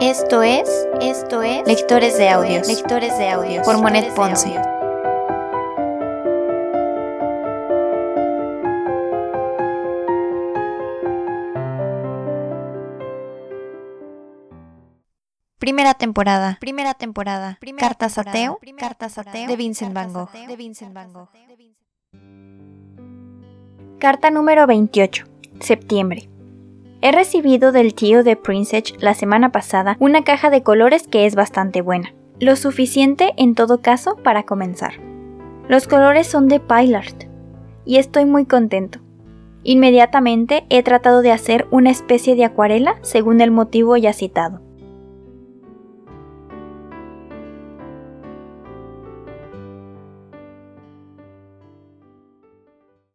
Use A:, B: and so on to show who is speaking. A: Esto es, esto es Lectores de Audios, Lectores de Audios por Monet Ponce. Primera temporada, primera temporada, Cartas a Teo, Cartas a Teo de Vincent Van Gogh, de Vincent Van Gogh.
B: Carta número 28, septiembre. He recibido del tío de Princess la semana pasada una caja de colores que es bastante buena. Lo suficiente en todo caso para comenzar. Los colores son de Pilart y estoy muy contento. Inmediatamente he tratado de hacer una especie de acuarela según el motivo ya citado.